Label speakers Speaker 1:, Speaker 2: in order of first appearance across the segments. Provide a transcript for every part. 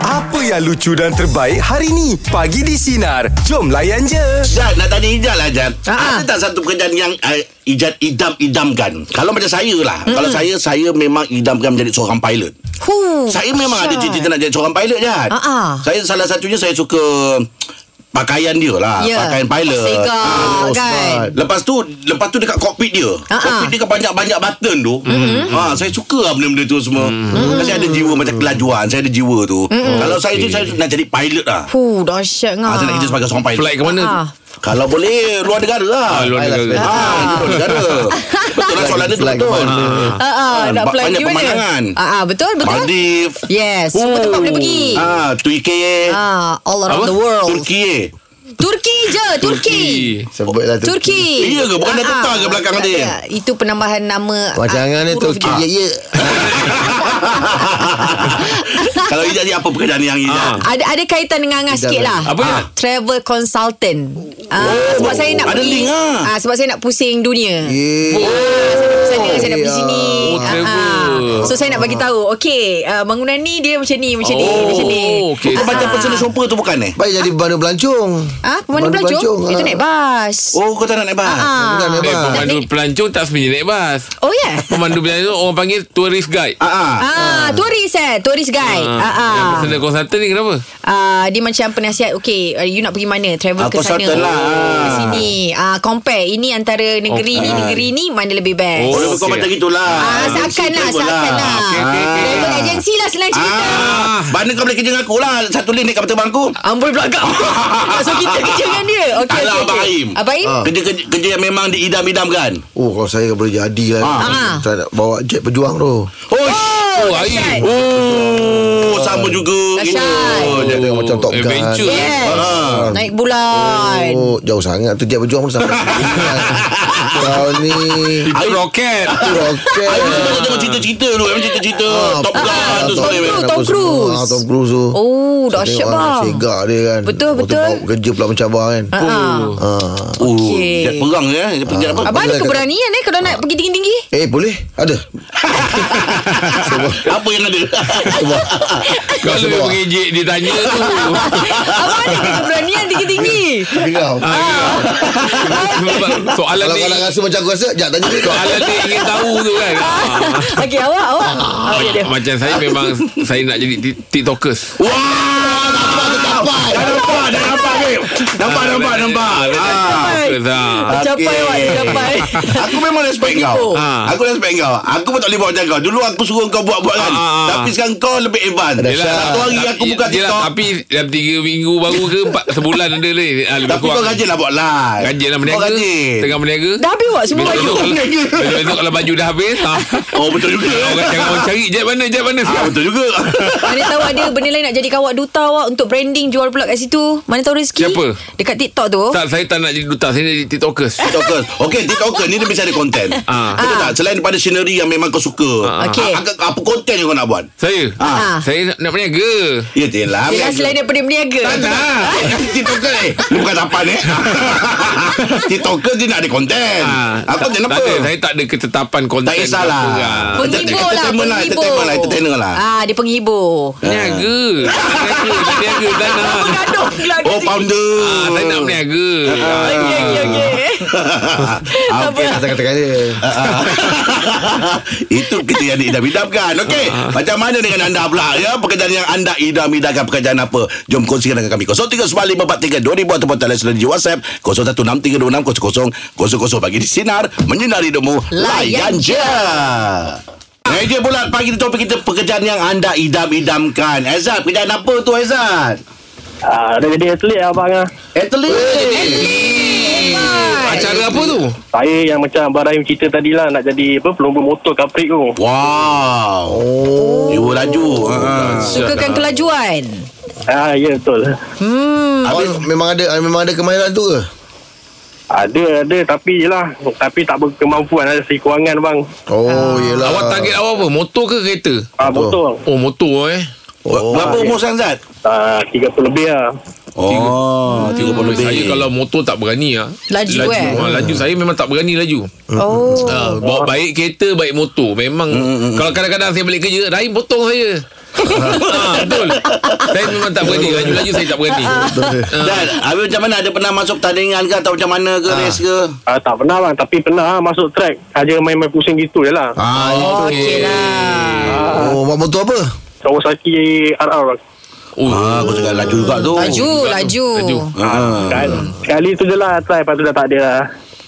Speaker 1: Apa yang lucu dan terbaik hari ni? Pagi di Sinar. Jom layan je.
Speaker 2: Jad, nak tanya Ijad lah Jad
Speaker 3: Ha.
Speaker 2: Ada tak satu pekerjaan yang uh, Ijad idam-idamkan Kalau macam saya lah
Speaker 3: Hmm.
Speaker 2: mm. Kalau saya Saya memang idamkan menjadi seorang pilot
Speaker 3: Huh.
Speaker 2: Saya memang ada cita-cita nak jadi seorang pilot Jad
Speaker 3: Oh, Ha, ha.
Speaker 2: Saya salah satunya saya suka Pakaian dia lah
Speaker 3: Ya.
Speaker 2: Pakaian pilot
Speaker 3: Segar,
Speaker 2: Ah,
Speaker 3: kan?
Speaker 2: Lepas tu Lepas tu dekat kokpit dia
Speaker 3: Ha, Hmm. ha.
Speaker 2: Kokpit dia kan banyak-banyak button tu ha, Saya suka lah benda-benda tu semua
Speaker 3: Hmm.
Speaker 2: mm. Saya ada jiwa macam kelajuan Saya ada jiwa tu Kalau saya tu Saya nak jadi pilot lah
Speaker 3: Huh, dahsyat ngah.
Speaker 2: ha, Saya nak kerja sebagai seorang pilot
Speaker 4: Flight ke mana tu?
Speaker 3: Ah.
Speaker 2: kalau boleh luar negara lah.
Speaker 4: Ah, luar negara.
Speaker 2: Ah, luar negara. Betul lah soalan dia tu
Speaker 5: Flight ke
Speaker 2: betul.
Speaker 5: mana?
Speaker 3: Ah, ah, nak
Speaker 2: Ba-
Speaker 3: fly
Speaker 2: banyak
Speaker 3: pergi mana?
Speaker 2: pemandangan.
Speaker 3: Ah, ah, betul, betul.
Speaker 2: Maldives.
Speaker 3: Yes, semua tempat boleh pergi.
Speaker 2: Ah, Turki.
Speaker 3: Ah, all around
Speaker 4: Apa?
Speaker 3: the world.
Speaker 2: Turki.
Speaker 3: Turki je, Turki.
Speaker 5: Sebutlah tu.
Speaker 3: Turki.
Speaker 2: Iya ke? Bukan dah
Speaker 3: Ah,
Speaker 2: tetap
Speaker 3: ah.
Speaker 2: ke belakang
Speaker 3: Tak
Speaker 2: dia?
Speaker 3: ada. Itu penambahan nama. ah,
Speaker 5: Wacangan dia
Speaker 3: huruf
Speaker 5: Turki.
Speaker 3: dia.
Speaker 5: Ya, ya.
Speaker 2: Kalau dia jadi apa pekerjaan yang ini?
Speaker 4: Ah.
Speaker 3: Ada ada kaitan dengan Angah sikit lah
Speaker 4: Apa
Speaker 2: ya?
Speaker 4: dia?
Speaker 3: Travel consultant ah, Sebab saya nak
Speaker 2: Oh, Ada
Speaker 3: pergi
Speaker 2: link ah.
Speaker 3: ah, Sebab saya nak pusing dunia
Speaker 5: Ya.
Speaker 3: sana saya nak pergi
Speaker 5: Ya.
Speaker 3: sini.
Speaker 4: Oh, travel.
Speaker 3: Ah, So saya nak bagi tahu. Okey, uh, bangunan ni dia macam ni, macam ni,
Speaker 4: Oh,
Speaker 3: macam ni.
Speaker 4: okey.
Speaker 2: Bukan macam personal shopper tu bukan eh?
Speaker 5: Baik jadi bandar belancong.
Speaker 3: Ah, ke mana
Speaker 5: Bandar
Speaker 3: belancong? Itu
Speaker 5: ah.
Speaker 3: naik bas.
Speaker 2: ha. Oh, kau tak nak naik bas?
Speaker 5: Bukan
Speaker 3: Ah.
Speaker 5: naik
Speaker 4: Eh, Ah,
Speaker 5: bas.
Speaker 4: pemandu pelancong tak sebenarnya naik bas.
Speaker 3: Oh ya. Yeah.
Speaker 4: Pemandu pelancong orang panggil tourist guide.
Speaker 2: Ah, ah.
Speaker 3: Ah, turis eh, turis guide. Ah,
Speaker 4: Yang
Speaker 3: ah.
Speaker 4: personal consultant ni kenapa?
Speaker 3: Ah, dia macam penasihat Okay uh, You nak pergi mana Travel
Speaker 2: Ah,
Speaker 3: ke sana
Speaker 2: consultant lah.
Speaker 3: Ke sini ah, Compare Ini antara negeri ni Negeri ni Mana lebih best
Speaker 2: Oh,
Speaker 4: Oh,
Speaker 2: kau
Speaker 4: okey.
Speaker 2: macam gitulah.
Speaker 3: ah, Seakan lah Seakan lah
Speaker 4: Okey, okey, okey.
Speaker 3: Travel agency lah Senang cerita
Speaker 2: Ah, mana kau boleh kerja dengan aku lah Satu link naik kapal terbang aku
Speaker 3: Amboi belakang So kita kerja dengan dia Okey
Speaker 2: Tak lah,
Speaker 3: okey
Speaker 2: Abang
Speaker 3: okey.
Speaker 2: Aim.
Speaker 3: Abang Aim
Speaker 5: Ah.
Speaker 2: kerja, kerja, kerja yang memang diidam-idamkan
Speaker 5: Oh, kalau saya boleh jadi lah.
Speaker 3: Ah.
Speaker 5: Saya nak bawa jet pejuang tu.
Speaker 2: Oh,
Speaker 4: Oh,
Speaker 3: dahsyat.
Speaker 4: air.
Speaker 2: oh sama juga
Speaker 3: Dahsyat.
Speaker 5: Oh,
Speaker 2: Gila.
Speaker 5: jet dia macam Top Gun.
Speaker 4: Adventure.
Speaker 3: Yes
Speaker 2: Ah.
Speaker 3: Naik bulan
Speaker 5: Oh, jauh sangat tu jet pejuang pun sampai. Kau ni
Speaker 4: Itu roket.
Speaker 5: roket.
Speaker 2: Aku semua
Speaker 3: Ah.
Speaker 2: tak tengok cerita-cerita tu Memang cerita-cerita Top Gun tu
Speaker 3: Tom
Speaker 2: semua memang.
Speaker 3: Cruise, Tom Cruise.
Speaker 5: Ah, Tom Cruise tu.
Speaker 3: Oh dahsyat
Speaker 5: Tengok orang
Speaker 3: bang
Speaker 5: Segak dia kan.
Speaker 3: Betul,
Speaker 5: Lepas tu
Speaker 3: betul.
Speaker 5: bawa Kerja pula macam abang kan.
Speaker 3: Ah, ah.
Speaker 5: Ah.
Speaker 2: Oh,
Speaker 3: Okey.
Speaker 2: Dia perang ya Dia pergi apa
Speaker 3: Abang ada
Speaker 5: Abang
Speaker 3: keberanian eh Kalau nak pergi tinggi-tinggi
Speaker 5: Eh, boleh? Ada.
Speaker 2: Apa yang ada
Speaker 5: Cuba.
Speaker 4: Kalau dia
Speaker 5: Sebab-
Speaker 4: mengejek dia tanya tu.
Speaker 3: Abang ada ke keberanian tinggi-tinggi
Speaker 5: Dengar.
Speaker 3: Ah,
Speaker 4: Sebab Soalan
Speaker 5: Kalau
Speaker 4: ni
Speaker 5: kau nak rasa macam aku rasa, jap tanya dia.
Speaker 3: Ah,
Speaker 4: soalan ni ingin tahu tu kan. Ah.
Speaker 3: Okey awak awak Awak dia dia.
Speaker 4: Macam saya memang saya nak jadi ti- tiktokers.
Speaker 2: Wah Nampak tu nampak Dah nampak Dah nampak babe Nampak nampak nampak Ah.
Speaker 4: Tiktokers, ah.
Speaker 3: Tercapai
Speaker 2: Okey.
Speaker 3: awak Tercapai
Speaker 2: Aku memang respect kau Ha.
Speaker 4: Ah.
Speaker 2: Aku respect kau Aku pun tak boleh buat macam kau Dulu aku suruh kau buat-buat kan
Speaker 4: Ah, ah, ah.
Speaker 2: Tapi sekarang kau lebih advance
Speaker 5: Yelah,
Speaker 2: Satu hari aku
Speaker 4: Tapi-
Speaker 2: buka
Speaker 4: yelah,
Speaker 2: TikTok
Speaker 4: Tapi dalam 3 minggu baru ke 4 sebulan ada ni. Ah, lebih
Speaker 2: Tapi kau
Speaker 4: kurang.
Speaker 2: rajin lah buat live
Speaker 4: Rajin lah
Speaker 2: Kau
Speaker 4: berniaga.
Speaker 2: rajin
Speaker 4: Tengah berniaga.
Speaker 3: Dah habis awak semua baju
Speaker 4: Besok-
Speaker 2: berniaga.
Speaker 4: Besok kalau baju dah habis. ah,
Speaker 2: Oh betul juga
Speaker 4: Orang jangan orang cari jet mana jet mana.
Speaker 2: Ah, Betul juga
Speaker 3: Mana tahu ada benda lain nak jadi kawak duta awak Untuk branding jual pula kat situ Mana tahu rezeki
Speaker 4: Siapa?
Speaker 3: Dekat TikTok tu
Speaker 4: Tak saya tak nak jadi duta, saya nak jadi tiktokers.
Speaker 2: TikTokers Okey TikToker ni dia mesti ada konten
Speaker 4: Ah.
Speaker 2: Betul tak Selain daripada scenery yang memang kau suka
Speaker 3: Ah. Okey.
Speaker 2: a- a- Apa konten yang kau nak buat
Speaker 4: Saya.
Speaker 3: Ah.
Speaker 4: Saya nak, nak berniaga.
Speaker 2: Ya telah
Speaker 3: Yelah selain daripada berniaga
Speaker 2: Tak nak
Speaker 4: Ah.
Speaker 2: TikToker eh Lu bukan tapan eh TikToker dia nak ada konten
Speaker 4: Ah,
Speaker 2: Aku
Speaker 4: tak-
Speaker 2: tak
Speaker 4: tak
Speaker 2: apa
Speaker 4: ada, Saya tak ada ketetapan konten.
Speaker 2: Tak kisahlah
Speaker 4: apa kan.
Speaker 2: Ah,
Speaker 3: Penghibur lah
Speaker 2: Entertainment lah, entertainment lah, entertainer lah.
Speaker 3: Ah, Dia penghibur
Speaker 4: Berniaga. Berniaga, berniaga tak nak.
Speaker 3: Gaduh pula kat
Speaker 2: Oh
Speaker 3: sini.
Speaker 2: founder
Speaker 4: Ah, saya nak berniaga.
Speaker 3: Okey okey okey
Speaker 2: Ah,
Speaker 3: Tak
Speaker 2: okey.
Speaker 3: apa.
Speaker 5: Kata-kata dia.
Speaker 2: Ah, ah. Itu kita yang diidam-idamkan Okey Macam mana dengan anda pula ya Pekerjaan yang anda idam-idamkan Pekerjaan apa Jom kongsikan dengan kami 0395432000 Ataupun talian sudah di WhatsApp 0163260000 Bagi di Sinar Menyinari Demo Layan je Meja bulat pagi ni topik kita Pekerjaan yang anda idam-idamkan Ezad pekerjaan apa tu Ezad Eh,
Speaker 6: Ah, dah jadi atlet lah abang lah.
Speaker 2: Atlet
Speaker 4: Ah. Acara apa tu?
Speaker 6: Saya yang macam Abang Rahim cerita tadi lah Nak jadi apa pelumba motor kaprik tu
Speaker 2: Wow oh. Jiwa laju Ah.
Speaker 3: Sukakan kelajuan
Speaker 6: ah, Ya betul
Speaker 5: Kau memang ada ah, memang ada kemahiran tu ke?
Speaker 6: Ada ada tapi je lah Tapi tak berkemampuan Ada segi kewangan bang
Speaker 5: Oh, yelah.
Speaker 4: Awak target awak apa? Motor ke kereta?
Speaker 6: ah, Motor
Speaker 4: Oh, motor eh.
Speaker 2: Oh. Berapa umur sekarang Zat?
Speaker 6: ah, 30 lebih lah
Speaker 2: Oh, 30 lebih.
Speaker 4: Saya kalau motor tak berani ah.
Speaker 3: Laju,
Speaker 4: laju
Speaker 3: eh?
Speaker 4: ah, laju saya memang tak berani laju.
Speaker 3: Oh
Speaker 2: Mm,
Speaker 4: Ah, bawa baik kereta baik motor memang kalau kadang-kadang saya balik kerja Rahim potong saya. Ah, betul. Saya memang tak berani. Laju-laju saya tak berani.
Speaker 2: Oh. Dan Habis macam mana Ada pernah masuk pertandingan ke Atau macam mana ke Race ke
Speaker 6: Ah, tak pernah bang Tapi pernah ah, masuk track Hanya main-main pusing gitu je lah
Speaker 5: Ah,
Speaker 3: Oh, okey lah.
Speaker 5: Oh, buat motor apa?
Speaker 6: Kawasaki RR bang
Speaker 4: Oh,
Speaker 2: Ah, Aku cakap laju juga tu
Speaker 3: Laju, Oh, laju.
Speaker 4: Laju.
Speaker 2: Ah.
Speaker 6: Sekali- Kan? Sekali tu je lah try Lepas tu dah tak ada lah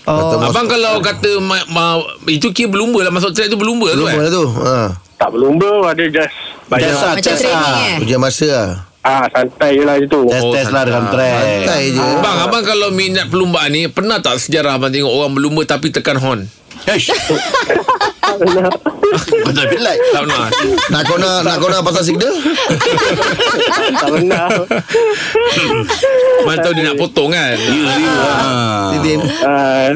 Speaker 5: Kata
Speaker 3: Oh.
Speaker 5: mas-
Speaker 4: Abang kalau kata ma, ma, Itu kira berlumba lah Masuk track tu berlumba tu
Speaker 5: Lumba
Speaker 4: kan
Speaker 5: lah tu. Ha.
Speaker 6: Tak berlumba Ada just
Speaker 2: Banyak
Speaker 5: Macam-
Speaker 2: sah,
Speaker 3: Macam
Speaker 2: test
Speaker 3: training,
Speaker 2: lah.
Speaker 3: eh?
Speaker 5: Ujian masa lah.
Speaker 6: ah, Santai je lah situ
Speaker 2: Test
Speaker 4: Oh,
Speaker 2: test lah dengan track
Speaker 5: Santai je.
Speaker 2: Ah.
Speaker 4: Bang, abang kalau minat perlumbaan ni Pernah tak sejarah abang tengok orang berlumba Tapi tekan horn?
Speaker 2: Eish Betul bila
Speaker 4: Tak pernah
Speaker 5: Nak kau nak, nak kau nak pasang signal?
Speaker 6: Tak pernah
Speaker 4: Mana tahu dia nak potong kan
Speaker 2: Ya, Ah.
Speaker 5: Titim.
Speaker 6: ah,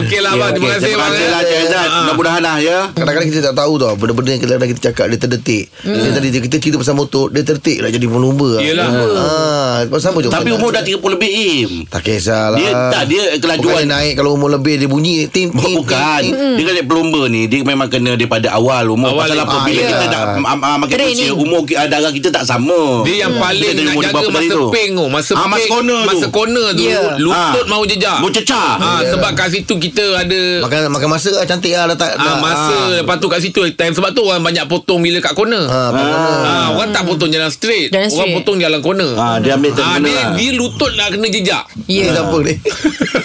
Speaker 4: Okey lah abang
Speaker 2: Okey,
Speaker 4: Terima kasih
Speaker 2: Terima
Speaker 4: abang
Speaker 2: kasih lah Cik Azad
Speaker 4: Ah.
Speaker 2: Mudah-mudahan lah ya
Speaker 5: Kadang-kadang kita tak tahu tau Benda-benda yang kadang-kadang kita cakap Dia terdetik Dia tadi dia- kita cerita pasal motor Dia terdetik nak jadi penumba
Speaker 4: Yelah.
Speaker 5: ha, Pasal apa juga
Speaker 2: Tapi umur dah 30 lebih im
Speaker 5: Tak kisahlah
Speaker 2: Dia tak, dia kelajuan.
Speaker 5: Bukan dia naik Kalau umur lebih Dia bunyi tin, tin, tin,
Speaker 2: Bukan
Speaker 5: tin.
Speaker 2: Dia kena pelumba ni Dia memang kena daripada awal umur
Speaker 4: Awal
Speaker 2: Awal Pasal
Speaker 4: ni.
Speaker 2: apa
Speaker 5: Ah,
Speaker 2: Bila
Speaker 5: ya.
Speaker 2: kita dah um, um, Makin
Speaker 3: Training.
Speaker 2: usia Umur ki- ah, darah kita tak sama
Speaker 4: Dia yang paling
Speaker 2: Dia
Speaker 4: nak
Speaker 2: umur
Speaker 4: jaga
Speaker 2: berapa
Speaker 4: masa
Speaker 2: tadi tu?
Speaker 4: ping tu Masa
Speaker 2: Ah, masa
Speaker 4: ping,
Speaker 2: corner tu.
Speaker 4: Masa corner tu
Speaker 3: Ya.
Speaker 4: Lutut
Speaker 2: Ah.
Speaker 4: mau jejak
Speaker 2: Mau Ya. cecah.
Speaker 4: Ah, Sebab kat situ kita ada
Speaker 5: Makan, makan masa lah Cantik lah dah tak
Speaker 4: Eh. ah,
Speaker 5: dah-
Speaker 4: Masa Lepas tu kat situ time Sebab tu orang banyak potong Bila kat corner
Speaker 5: ah,
Speaker 4: ah.
Speaker 5: apa guna?
Speaker 4: Orang
Speaker 7: Hmm.
Speaker 4: tak potong jalan straight
Speaker 3: Jalan
Speaker 4: Orang
Speaker 3: straight.
Speaker 4: potong jalan corner
Speaker 2: Ah, Dia ambil
Speaker 4: Ah,
Speaker 2: terkena
Speaker 4: dia, dia lutut lah kena jejak
Speaker 5: Ni
Speaker 3: Ya.
Speaker 5: siapa ni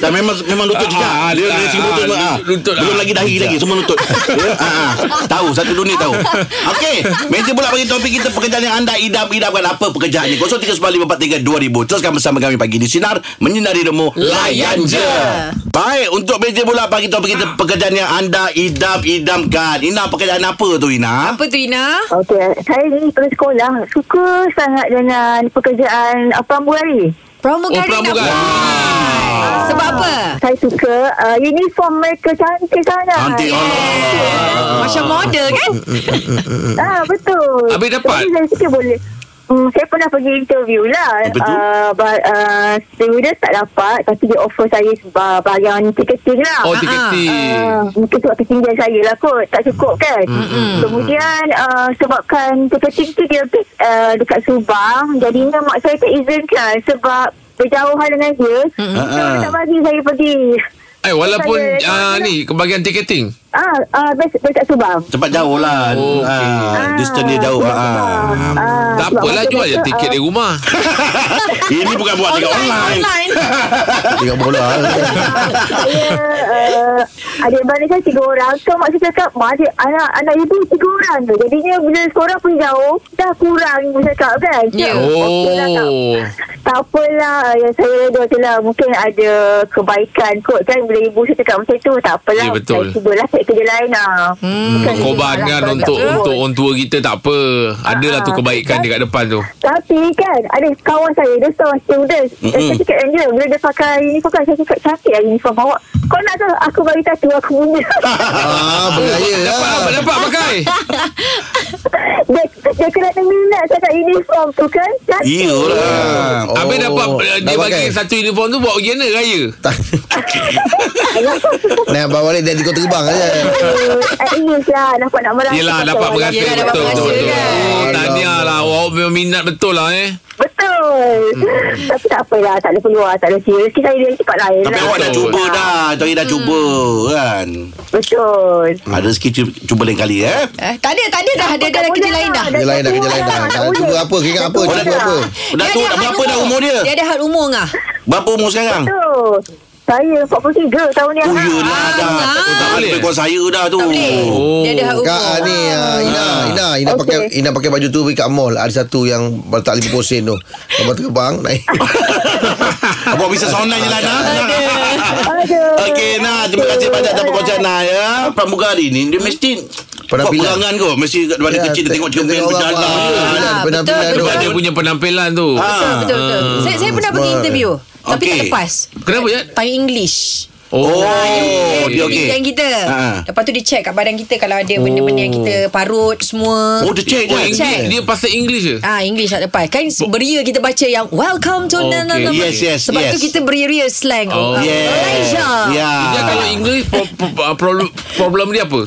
Speaker 2: Dan memang memang lutut
Speaker 4: Ah,
Speaker 2: juga.
Speaker 4: ah,
Speaker 2: Dia
Speaker 4: tak,
Speaker 2: dari segi
Speaker 4: ah,
Speaker 2: lutut semua. ah.
Speaker 4: lutut,
Speaker 2: Belum
Speaker 4: ah.
Speaker 2: lagi dahi lagi semua lutut. Ya, ah, ah. Tahu satu dunia tahu. Okey, meja pula bagi topik kita pekerjaan yang anda idam-idamkan apa pekerjaannya. 0395432000. Teruskan bersama kami pagi di sinar menyinari demo layan je. Baik, untuk meja pula bagi topik kita pekerjaan yang anda idam-idamkan. Ina pekerjaan apa tu Ina?
Speaker 3: Apa tu Ina?
Speaker 2: Oh,
Speaker 7: Okey, saya ni pergi sekolah suka sangat dengan pekerjaan uh, pramugari.
Speaker 3: Pramugari
Speaker 4: Oh,
Speaker 3: nak
Speaker 4: pramugari.
Speaker 3: buat. Sebab apa?
Speaker 7: Saya suka uh, uniform mereka cantik sangat.
Speaker 2: Cantik,
Speaker 4: oh.
Speaker 3: Eh, Macam model kan?
Speaker 7: Ah, betul.
Speaker 4: Habis dapat?
Speaker 7: Jadi saya fikir boleh. Hmm, saya pernah pergi interview lah.
Speaker 2: Apa tu?
Speaker 7: Uh, but, uh, interview dia tak dapat tapi dia offer saya uh, bahagian ticketing lah.
Speaker 4: Oh
Speaker 3: Ah,
Speaker 4: tiketing
Speaker 7: Ah, mungkin sebab ketinggian saya lah kot Tak cukup kan mm-hmm. Kemudian uh, Sebabkan Keketing tu dia base, uh, Dekat Subang Jadinya mak saya tak izinkan Sebab Berjauhan dengan dia mm-hmm. So
Speaker 2: Ah, ah.
Speaker 7: dia tak bagi saya pergi
Speaker 4: Eh walaupun ah,
Speaker 7: Saya-
Speaker 4: ni kebahagiaan tiketing
Speaker 7: Ah, ah, base- base kat Subang
Speaker 2: Tempat jauh lah.
Speaker 4: Oh, okey.
Speaker 2: Ah, distance dia jauh.
Speaker 7: sebab
Speaker 2: Ah.
Speaker 7: Subang. Ah,
Speaker 4: Tak
Speaker 7: sebab
Speaker 4: apalah
Speaker 7: masa
Speaker 4: jual
Speaker 7: tu,
Speaker 4: je tiket
Speaker 7: ah,
Speaker 4: di rumah
Speaker 2: Ini bukan buat dekat online.
Speaker 3: online.
Speaker 5: Tengok bola
Speaker 7: ah, saya uh, adik beradik saya tiga orang so mak saya cakap mak adik anak anak ibu tiga orang tu jadinya bila seorang pun jauh dah kurang ibu cakap kan so,
Speaker 3: Ya.
Speaker 7: okey lah, tak,
Speaker 4: Oh
Speaker 7: tak apalah ya, saya reda je lah mungkin ada kebaikan kot kan bila ibu saya cakap macam tu tak apalah
Speaker 4: Ya, betul.
Speaker 7: saya cuba lah cari kerja lain lah hmm.
Speaker 4: Korbankan untuk untuk orang tua kita tak apa Adalah tu
Speaker 7: Ah,
Speaker 4: kebaikan dekat depan tu
Speaker 7: tapi kan ada kawan saya dia seorang student mm-hmm. saya cakap dengan dia bila dia pakai uniform kan saya cakap cantik lah uniform awak kau nak tahu aku bagi tattoo aku punya
Speaker 5: Ah, bergaya lah
Speaker 4: Dapat dapat, dapat pakai
Speaker 7: Dia, dia kerana minat sangat uniform tu kan
Speaker 4: Ya.
Speaker 7: Cantik
Speaker 2: Iyalah.
Speaker 5: Oh,
Speaker 4: Habis dapat eh, Dia
Speaker 5: dah
Speaker 4: bagi
Speaker 5: pakai.
Speaker 4: satu uniform tu Buat ujian raya
Speaker 5: Tak. Nah, bawa balik dari kau terbang aja.
Speaker 7: At least lah Nampak nak merasa
Speaker 4: Yelah
Speaker 7: macam
Speaker 4: dapat
Speaker 7: orang
Speaker 4: merasa
Speaker 3: Yelah, dapat
Speaker 4: betul,
Speaker 3: merasa,
Speaker 4: betul, betul.
Speaker 3: kan?
Speaker 4: Oh tahniah
Speaker 5: Alamak.
Speaker 4: lah Awak memang minat betul lah eh
Speaker 7: Betul
Speaker 2: Hmm.
Speaker 7: Tapi tak apalah Tak ada peluang Tak ada kira Rezeki saya dia cepat lain
Speaker 2: Tapi
Speaker 7: lah
Speaker 2: awak dah
Speaker 4: Betul.
Speaker 2: cuba dah Tapi dah cuba kan
Speaker 7: Betul
Speaker 2: Ada rezeki cu- cuba lain kali eh
Speaker 3: Eh, tak ada, tak ada dah. Dia ada
Speaker 7: Tak
Speaker 3: kerja
Speaker 7: boleh
Speaker 3: lain dah.
Speaker 7: lah. Dah
Speaker 5: Kerja lain dah,
Speaker 7: tua
Speaker 5: kerja lain dah.
Speaker 7: tak
Speaker 5: Dah
Speaker 7: boleh.
Speaker 5: cuba apa, keringat apa,
Speaker 7: Dah
Speaker 5: cuba
Speaker 7: tua.
Speaker 5: apa.
Speaker 2: Dah
Speaker 3: Dia
Speaker 2: tu
Speaker 3: ada
Speaker 2: dah
Speaker 3: had
Speaker 2: berapa dah umur dia
Speaker 3: Dia ada had umur ngah.
Speaker 2: Berapa umur sekarang
Speaker 7: Betul Saya 43 tahun ni
Speaker 2: Oh
Speaker 7: Ah.
Speaker 2: yelah dah
Speaker 3: Ah,
Speaker 2: Tak
Speaker 4: tak
Speaker 2: boleh
Speaker 4: boleh.
Speaker 2: Kau saya dah tu
Speaker 3: Tak boleh.
Speaker 4: Oh.
Speaker 3: Dia ada had umur.
Speaker 5: Kak ah, ni ah, Ina, Ina, Ina
Speaker 7: Okey.
Speaker 5: pakai Ina pakai baju tu pergi kat mall. Ada satu yang letak 50 sen tu. Lepas terbang naik.
Speaker 2: Awak bisa online je lah Nah
Speaker 7: Aduh
Speaker 2: Okey nah Terima kasih banyak Dapat kocak Nah ya Pramugari ni Dia mesti
Speaker 5: Pernah
Speaker 2: Buat
Speaker 5: pilih.
Speaker 2: perangan kau Mesti daripada
Speaker 5: Ya,
Speaker 2: kecil Dia
Speaker 5: te-
Speaker 2: tengok
Speaker 5: dia
Speaker 2: cermin
Speaker 5: tengok orang
Speaker 2: berjalan kan.
Speaker 5: buat. Ah, pernah
Speaker 3: betul,
Speaker 5: pernah
Speaker 3: betul,
Speaker 5: ada.
Speaker 4: Sebab dia punya penampilan tu
Speaker 2: Ah.
Speaker 3: Betul, betul, betul. Saya, saya pernah pergi
Speaker 5: Smart.
Speaker 3: interview. Tapi
Speaker 2: Okey.
Speaker 3: tak lepas.
Speaker 4: Kenapa ya
Speaker 3: Tanya English.
Speaker 4: Oh,
Speaker 2: Oh, dia okey.
Speaker 3: Yang kita
Speaker 2: Ha.
Speaker 3: Lepas tu dia check kat badan kita Kalau ada benda-benda yang kita Parut semua
Speaker 2: Oh, dia check
Speaker 4: Oh,
Speaker 2: kan?
Speaker 3: Check.
Speaker 4: English, dia pasal English je?
Speaker 3: Ah English tak lepas Kan beria kita baca yang Welcome to
Speaker 4: Okay.
Speaker 3: na- na- na-
Speaker 2: Yes, yes,
Speaker 3: Sebab
Speaker 2: yes. Ya.
Speaker 3: tu kita beria-ria slang
Speaker 4: Oh.
Speaker 3: Ah,
Speaker 2: Yeah.
Speaker 3: Malaysia
Speaker 2: Yeah.
Speaker 4: Dia kalau English pro, pro, problem, problem dia apa?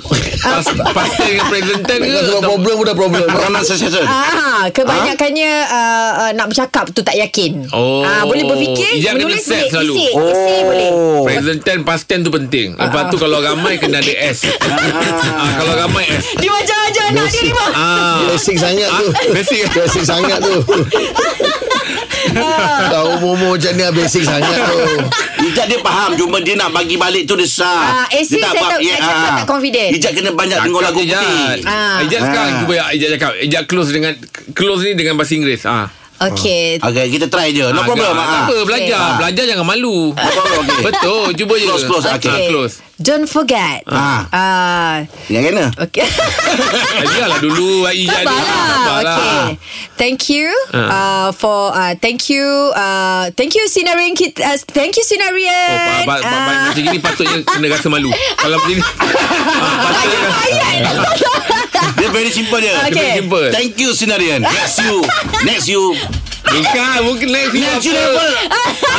Speaker 4: Pas, pasal dengan present tense ke?
Speaker 5: Kau sebab problem pun dah problem
Speaker 2: Pronunciation.
Speaker 3: Ah, kebanyakannya
Speaker 2: Ha?
Speaker 3: uh, uh, nak bercakap tu tak yakin.
Speaker 4: Oh.
Speaker 3: Ah, boleh berfikir,
Speaker 4: Ijaz kena
Speaker 3: menulis
Speaker 4: set
Speaker 3: boleh,
Speaker 4: selalu.
Speaker 3: isi, isi
Speaker 2: Oh.
Speaker 3: boleh.
Speaker 4: Present tense, past tense tu penting. Lepas tu kalau ramai kena ada S. ah, kalau ramai S.
Speaker 3: Dia macam aja anak dia ni bang.
Speaker 4: Ah.
Speaker 5: Basic sangat tu
Speaker 4: Basic.
Speaker 5: Basic sangat tu Tahu umur-umur macam ni lah, Basic sangat tu
Speaker 2: Ijat dia faham Cuma dia nak bagi balik tu dia sah
Speaker 3: Ah, essay
Speaker 2: Dia
Speaker 3: saya
Speaker 2: faham.
Speaker 3: tak- saya cakap tak confident.
Speaker 2: Ijat ah. kena banyak dengar lagu putih
Speaker 3: Ah.
Speaker 4: Ah. Ijaz sekarang
Speaker 2: Ah.
Speaker 4: cuba Ijaz cakap. Ijaz close dengan close ni dengan bahasa Inggeris. Ah.
Speaker 3: Okey.
Speaker 2: Okay kita try je No problem
Speaker 4: Agak. Tak
Speaker 2: ah.
Speaker 4: apa, belajar.
Speaker 2: Ah.
Speaker 4: Belajar jangan malu.
Speaker 2: problem, okey.
Speaker 4: Betul, cuba je.
Speaker 2: Close, close, okey.
Speaker 4: Ah, close.
Speaker 3: Don't forget.
Speaker 2: Ah.
Speaker 3: Ah.
Speaker 2: Yang kena
Speaker 3: Okey.
Speaker 4: Ajarlah Ah, dulu Ijaz ni.
Speaker 3: Sabarlah. Okay. Thank you
Speaker 4: Ah.
Speaker 3: uh, for uh, thank you uh, thank you Sinarian kit uh, thank you Ah.
Speaker 4: Oh,
Speaker 3: Sinarian.
Speaker 4: ba- ba- ba- ba- macam gini patutnya kena rasa malu. Kalau macam ni. Ah, patutnya rasa-
Speaker 2: Dia very simple dia
Speaker 3: Okay.
Speaker 4: Kena simple.
Speaker 2: Thank you Sinarian Next you Next you
Speaker 4: Bukan, bukan next ni
Speaker 2: Next you
Speaker 4: apa.
Speaker 2: level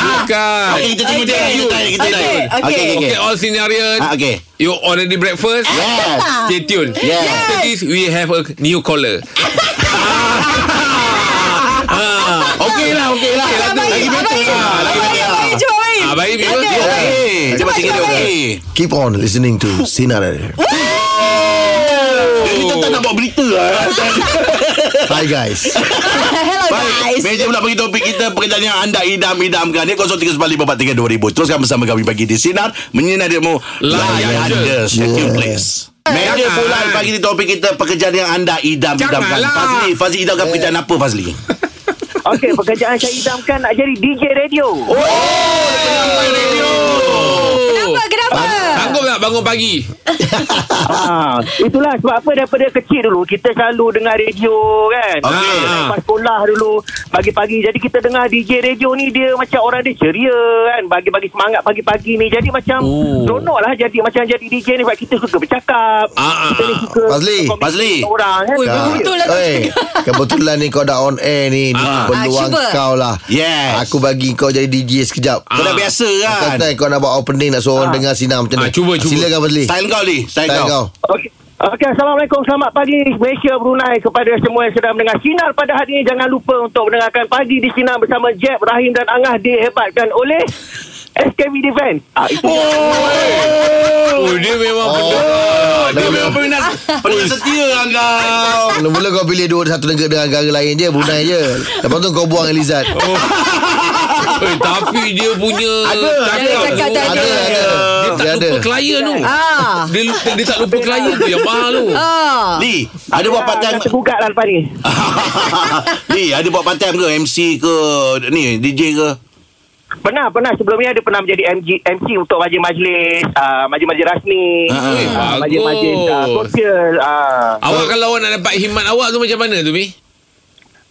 Speaker 4: Bukan.
Speaker 2: Okay Ah, kita tunggu dia Kita try Kita try
Speaker 3: Okay, okay. Ah,
Speaker 4: Okay, all scenario.
Speaker 2: Ah, okay.
Speaker 4: You already breakfast?
Speaker 2: Yes
Speaker 4: Stay tuned.
Speaker 2: Yes.
Speaker 4: After this, we have a new caller. ah.
Speaker 2: Okay lah Okay lah
Speaker 3: Abang
Speaker 2: Lagi
Speaker 3: Im, Abang
Speaker 2: better
Speaker 3: Im,
Speaker 2: lah Lagi better
Speaker 3: Abang Im,
Speaker 2: lah
Speaker 3: Abang Im, jom Abang Im.
Speaker 4: Ah, baik, baik.
Speaker 3: Okay.
Speaker 2: Okay Dia
Speaker 3: Cepat,
Speaker 2: masih kena
Speaker 3: cepat,
Speaker 2: okay
Speaker 5: Keep on listening to Sinar Hi
Speaker 2: Kita tak nak buat berita lah
Speaker 5: guys
Speaker 3: Hello
Speaker 2: Baik,
Speaker 3: guys.
Speaker 2: meja pula bagi topik kita pekerjaan yang anda idam-idamkan ni 0395432000. Teruskan bersama kami pagi di sinar menyinarimu
Speaker 4: Layan
Speaker 2: layan
Speaker 4: je.
Speaker 2: je setiap place. Meja
Speaker 4: Jangan.
Speaker 2: pula bagi di topik kita pekerjaan yang anda idam-idamkan.
Speaker 4: Janganlah.
Speaker 2: Fazli, Fazli idamkan pekerjaan apa Fazli?
Speaker 8: Okey, pekerjaan saya idamkan nak jadi DJ radio. Oh.
Speaker 3: Kenapa? Kenapa?
Speaker 4: Sanggup tak bangun pagi?
Speaker 8: Ha, itulah sebab apa daripada kecil dulu kita selalu dengar radio kan.
Speaker 2: Okey.
Speaker 8: Ha, lepas
Speaker 4: Ah.
Speaker 8: sekolah dulu pagi-pagi jadi kita dengar DJ radio ni dia macam orang dia ceria kan. Bagi-bagi semangat pagi-pagi ni. Jadi macam
Speaker 4: Oh.
Speaker 8: seronok lah jadi macam jadi DJ ni sebab kita suka bercakap.
Speaker 4: Ah,
Speaker 8: kita ni
Speaker 4: ah,
Speaker 8: suka
Speaker 5: Fazli,
Speaker 8: berkomunikasi
Speaker 2: Fazli.
Speaker 8: dengan orang kan.
Speaker 3: Ui,
Speaker 8: Ha.
Speaker 3: betul lah tu.
Speaker 5: Hey, Eh, kebetulan ni kau dah on air ni, ni
Speaker 4: Ah.
Speaker 5: peluang
Speaker 3: Ah, cuba.
Speaker 5: kau lah.
Speaker 2: Yes.
Speaker 5: Aku bagi kau jadi DJ sekejap.
Speaker 2: Kau dah
Speaker 4: Ah.
Speaker 2: biasa kan?
Speaker 5: Kata kau nak buat opening nak suruh orang dengar sinar macam
Speaker 4: Ah,
Speaker 5: ni.
Speaker 4: cuba, cuba.
Speaker 5: Silakan Fazli.
Speaker 2: Style kau ni, style
Speaker 5: Style
Speaker 2: kau.
Speaker 5: kau.
Speaker 8: Okey. Okey, Assalamualaikum. Selamat pagi Malaysia Brunei kepada semua yang sedang mendengar Sinar pada hari ini. Jangan lupa untuk mendengarkan pagi di Sinar bersama Jeb, Rahim dan Angah dihebatkan oleh SKB Defense. Ah, itu
Speaker 4: Oh, dia memang oh.
Speaker 2: Dia memang peminat peminat setia lah kau.
Speaker 5: Mula-mula kau pilih dua satu negara dengan negara lain je, Brunei je. Lepas tu kau buang Elizad.
Speaker 4: Oh, Eh, tapi dia punya
Speaker 2: Ada,
Speaker 4: cakap
Speaker 3: ada. Cakap tak
Speaker 4: tu.
Speaker 5: ada, ada.
Speaker 4: Dia tak
Speaker 5: Dia
Speaker 4: lupa
Speaker 5: ada.
Speaker 4: klien tu.
Speaker 3: Ah.
Speaker 4: Dia, lupa- dia tak lupa klien tu yang mahal tu.
Speaker 3: Ah.
Speaker 2: Li, ada buat part
Speaker 8: Akan
Speaker 2: time
Speaker 8: tergugat lah lepas ni.
Speaker 2: Li, ada buat part time ke MC ke ni DJ ke?
Speaker 8: Pernah, pernah. Sebelum ni ada pernah menjadi MG, MC untuk majlis-majlis, ah, majlis-majlis rasmi,
Speaker 2: Ah,
Speaker 4: eh,
Speaker 8: ah,
Speaker 4: bagus.
Speaker 8: majlis-majlis ah, sosial. ah.
Speaker 4: Awak kalau awak nak dapat himat awak tu macam mana tu, Mi?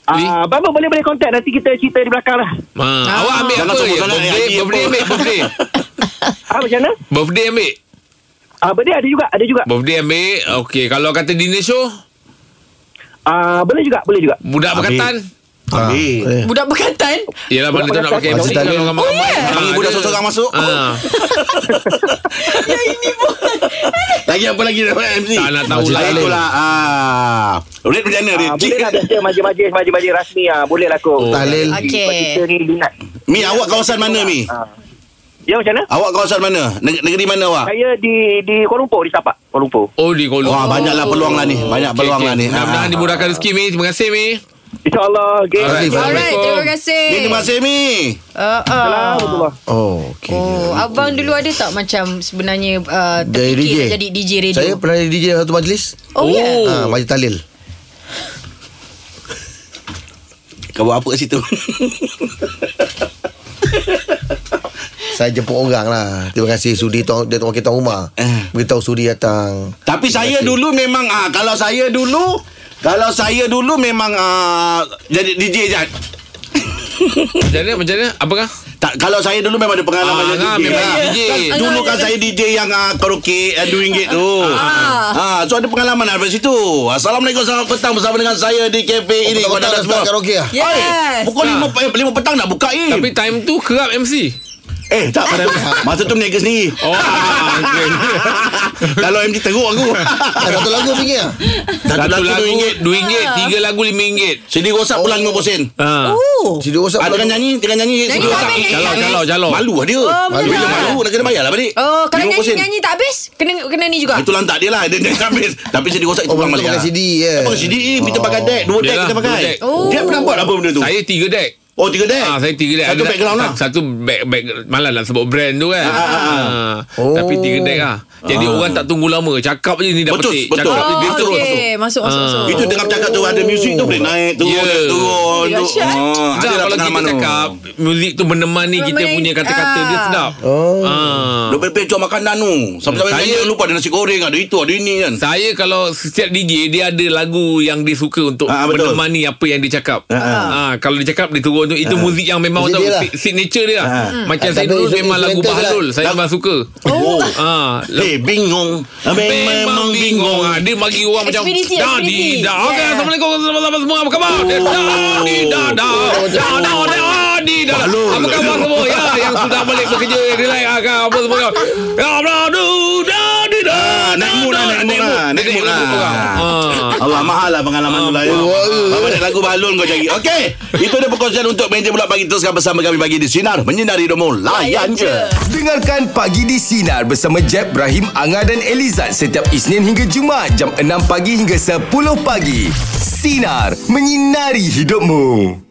Speaker 4: Li?
Speaker 8: Ah, Abang boleh-boleh kontak. Nanti kita cerita di belakang lah.
Speaker 4: Ha, Awak ambil
Speaker 2: Jangan
Speaker 4: apa?
Speaker 2: sebut
Speaker 4: Ya?
Speaker 2: sangat,
Speaker 4: Birthday,
Speaker 2: ni
Speaker 4: birthday
Speaker 2: apa?
Speaker 4: ambil, birthday.
Speaker 8: Ah, macam mana?
Speaker 4: birthday ambil.
Speaker 8: Ah, benda ada juga, ada juga.
Speaker 4: Birthday ambil. Okey, kalau kata dinner show,
Speaker 8: Ah, boleh juga, boleh juga.
Speaker 4: budak
Speaker 2: Ambil.
Speaker 4: berkatan.
Speaker 5: Ah,
Speaker 2: Ambil.
Speaker 5: eh.
Speaker 3: Budak berkatan?
Speaker 4: Yelah mana tu nak pakai
Speaker 5: Kasih
Speaker 4: MC
Speaker 5: tali.
Speaker 4: kalau
Speaker 3: Oh,
Speaker 4: ramai-ramai.
Speaker 3: ya?
Speaker 2: Tangan Eh, budak seorang-seorang masuk.
Speaker 4: Ah,
Speaker 2: Lagi apa lagi dapat MC?
Speaker 4: Tak nak tahu
Speaker 2: lah.
Speaker 4: lah.
Speaker 2: Itulah. Ah. Red macam mana
Speaker 8: Ah,
Speaker 2: Red?
Speaker 8: boleh lah biasa majlis-majlis majlis-majlis rasmi ah boleh lah kot.
Speaker 4: Oh.
Speaker 5: Tahlil.
Speaker 8: Sebab kita
Speaker 3: Okey.
Speaker 8: ni minat.
Speaker 2: Mi awak kawasan mana Mi?
Speaker 8: Ah. Ya macam mana?
Speaker 2: Awak kawasan mana? Neg- Negeri mana awak?
Speaker 8: Saya di di Kuala Lumpur di Tapak, Kuala Lumpur.
Speaker 4: Oh di kolong
Speaker 2: Wah, banyaklah peluang lah ni. Banyak peluang lah ni.
Speaker 4: Mudah-mudahan
Speaker 2: Ah.
Speaker 4: dimudahkan rezeki Mi Terima kasih Mi
Speaker 8: Insya-Allah. Okay.
Speaker 4: Alright.
Speaker 3: Alright,
Speaker 4: Assalamualaikum.
Speaker 3: terima kasih.
Speaker 2: Mi terima kasih Mi.
Speaker 3: Uh, uh.
Speaker 8: Alhamdulillah.
Speaker 5: Oh, okay.
Speaker 3: Oh, abang dulu ada tak macam sebenarnya uh,
Speaker 5: Jadi DJ.
Speaker 3: terfikir nak jadi DJ radio?
Speaker 5: Saya pernah jadi DJ satu majlis.
Speaker 3: Oh, ya? Yeah.
Speaker 5: Ah, majlis tahlil.
Speaker 2: Kau buat apa kat situ?
Speaker 5: Saya jemput orang lah. Terima kasih Sudi tuan, dia makin tuan rumah.
Speaker 2: Eh.
Speaker 5: Beritahu Sudi datang.
Speaker 2: Tapi saya dulu memang ah kalau saya dulu kalau saya dulu memang ah, jadi DJ Jad.
Speaker 4: Macam mana Macam mana Apa kah
Speaker 2: tak, Kalau saya dulu memang ada pengalaman
Speaker 4: Ah,
Speaker 2: jadi
Speaker 4: Angah
Speaker 2: DJ
Speaker 4: memang
Speaker 2: lah.
Speaker 4: DJ.
Speaker 3: Angah
Speaker 2: Dulu kan
Speaker 3: jadi-
Speaker 2: saya DJ yang uh, karaoke uh, RM2 tu ah. So ada pengalaman dari situ Assalamualaikum selamat petang bersama dengan saya di kafe ini
Speaker 5: Kau
Speaker 2: Kau dah
Speaker 5: tak
Speaker 2: semua
Speaker 5: start karaoke lah
Speaker 3: Yes.
Speaker 2: Oi, Pukul
Speaker 4: Ah.
Speaker 2: 5 eh, lima petang nak buka eh
Speaker 4: Tapi time tu kerap MC
Speaker 2: Eh tak pada Masa tu meniaga sendiri
Speaker 4: Oh
Speaker 3: ah,
Speaker 4: okay.
Speaker 2: Kalau MG teruk aku
Speaker 5: Ada satu lagu pergi lah
Speaker 4: Satu lagu
Speaker 2: RM2
Speaker 4: RM2 Tiga lagu RM5
Speaker 2: Sini rosak pulang RM50
Speaker 3: Ah.
Speaker 4: Ah.
Speaker 3: Oh.
Speaker 5: Sidi rosak
Speaker 2: Ah, tengah nyanyi Tengah nyanyi
Speaker 3: Nyanyi
Speaker 2: Sini
Speaker 3: tak
Speaker 2: rosak
Speaker 3: habis, nyanyi
Speaker 4: Jalau
Speaker 3: tak
Speaker 4: jalau
Speaker 3: habis.
Speaker 4: jalau
Speaker 2: Malu lah dia
Speaker 3: Oh, malu
Speaker 2: Bila
Speaker 3: lah.
Speaker 2: malu Nak kena bayar lah balik
Speaker 3: Oh, kalau
Speaker 2: RM50.
Speaker 3: nyanyi-nyanyi tak habis, kena kena ni juga.
Speaker 2: Itu lantak dia lah Dia dia tak habis Tapi sini rosak Kita
Speaker 5: Oh,
Speaker 2: pulang
Speaker 5: benda tu
Speaker 2: balik
Speaker 5: pakai
Speaker 2: lah
Speaker 5: CD eh.
Speaker 2: Pakai CD Kita pakai deck Dua deck
Speaker 4: Yalah,
Speaker 2: kita pakai
Speaker 4: dua deck.
Speaker 3: Oh.
Speaker 2: Dia pernah buat apa benda tu
Speaker 4: Saya tiga deck
Speaker 2: Oh tiga deck
Speaker 4: Ah, saya tiga deck
Speaker 2: Satu
Speaker 4: Ada-
Speaker 2: background lah
Speaker 4: satu- Satu back, back Malah nak sebut brand tu kan
Speaker 2: ah, ah. Oh.
Speaker 4: Ah, Tapi tiga deck lah Jadi orang tak tunggu lama Cakap je ni dah
Speaker 2: Betul,
Speaker 4: petik
Speaker 2: betul.
Speaker 4: Cakap je
Speaker 3: Oh,
Speaker 4: dia terus
Speaker 3: okay. Masuk, masuk,
Speaker 4: Ah.
Speaker 3: masuk.
Speaker 2: Itu tengah cakap tu Ada music tu boleh naik Turun
Speaker 4: Yeah.
Speaker 2: naik, turun
Speaker 3: Dahsyat.
Speaker 2: tu- Ah,
Speaker 4: Sedap
Speaker 2: adalah
Speaker 4: Ya. kalau kita
Speaker 2: pengalaman tu.
Speaker 4: cakap Muzik tu menemani kita
Speaker 3: Menemani-
Speaker 4: punya kata-kata Dia
Speaker 3: Ah.
Speaker 4: sedap oh.
Speaker 2: Dia bebek jual makanan tu Sampai-sampai
Speaker 4: Saya-
Speaker 2: saya lupa ada nasi goreng Ada itu ada ini kan
Speaker 4: Saya kalau setiap DJ Dia ada lagu yang dia suka Untuk
Speaker 2: Ah, betul.
Speaker 4: menemani apa yang dia cakap
Speaker 2: Ah, ah.
Speaker 4: Ah, Kalau dia cakap dia turun tu Itu muzik yang memang
Speaker 5: Muzik
Speaker 4: orang
Speaker 5: dia
Speaker 4: tahu,
Speaker 5: lah.
Speaker 4: si- Signature dia lah
Speaker 2: Ah.
Speaker 4: Macam
Speaker 5: Ah,
Speaker 4: saya
Speaker 5: tapi
Speaker 4: dulu
Speaker 5: instru-
Speaker 4: Memang lagu
Speaker 5: instrumental
Speaker 4: Bahlul
Speaker 5: lah.
Speaker 4: Saya
Speaker 2: Lag-
Speaker 4: memang suka
Speaker 2: Oh
Speaker 4: Ah,
Speaker 2: Eh bingung Memang bingung
Speaker 4: ah. Dia bagi orang macam
Speaker 3: Ekspedisi, ekspedisi.
Speaker 4: Dadi dah Okey
Speaker 3: Yeah.
Speaker 4: Assalamualaikum Assalamualaikum semua Apa khabar Dia, Dadi dah dah Dah dah Dadi dah Apa khabar semua Ya yang sudah balik bekerja Yang relax ah, kan, Apa semua kan. Ya blah du Dadi dah
Speaker 2: Ah, Naik mood lah Naik mood lah Naik mood lah
Speaker 4: Ah.
Speaker 2: Allah mahal lah pengalaman tu lah ya. Bapak ada lagu balon kau cari Okey Itu dia perkongsian untuk meja bulat pagi Teruskan bersama kami pagi di Sinar Menyinari Domo Layan je
Speaker 1: Dengarkan Pagi di Sinar bersama Jeb, Ibrahim, Anga dan Elizad setiap Isnin hingga Jumaat jam 6 pagi hingga 10 pagi. Sinar. Menyinari hidupmu.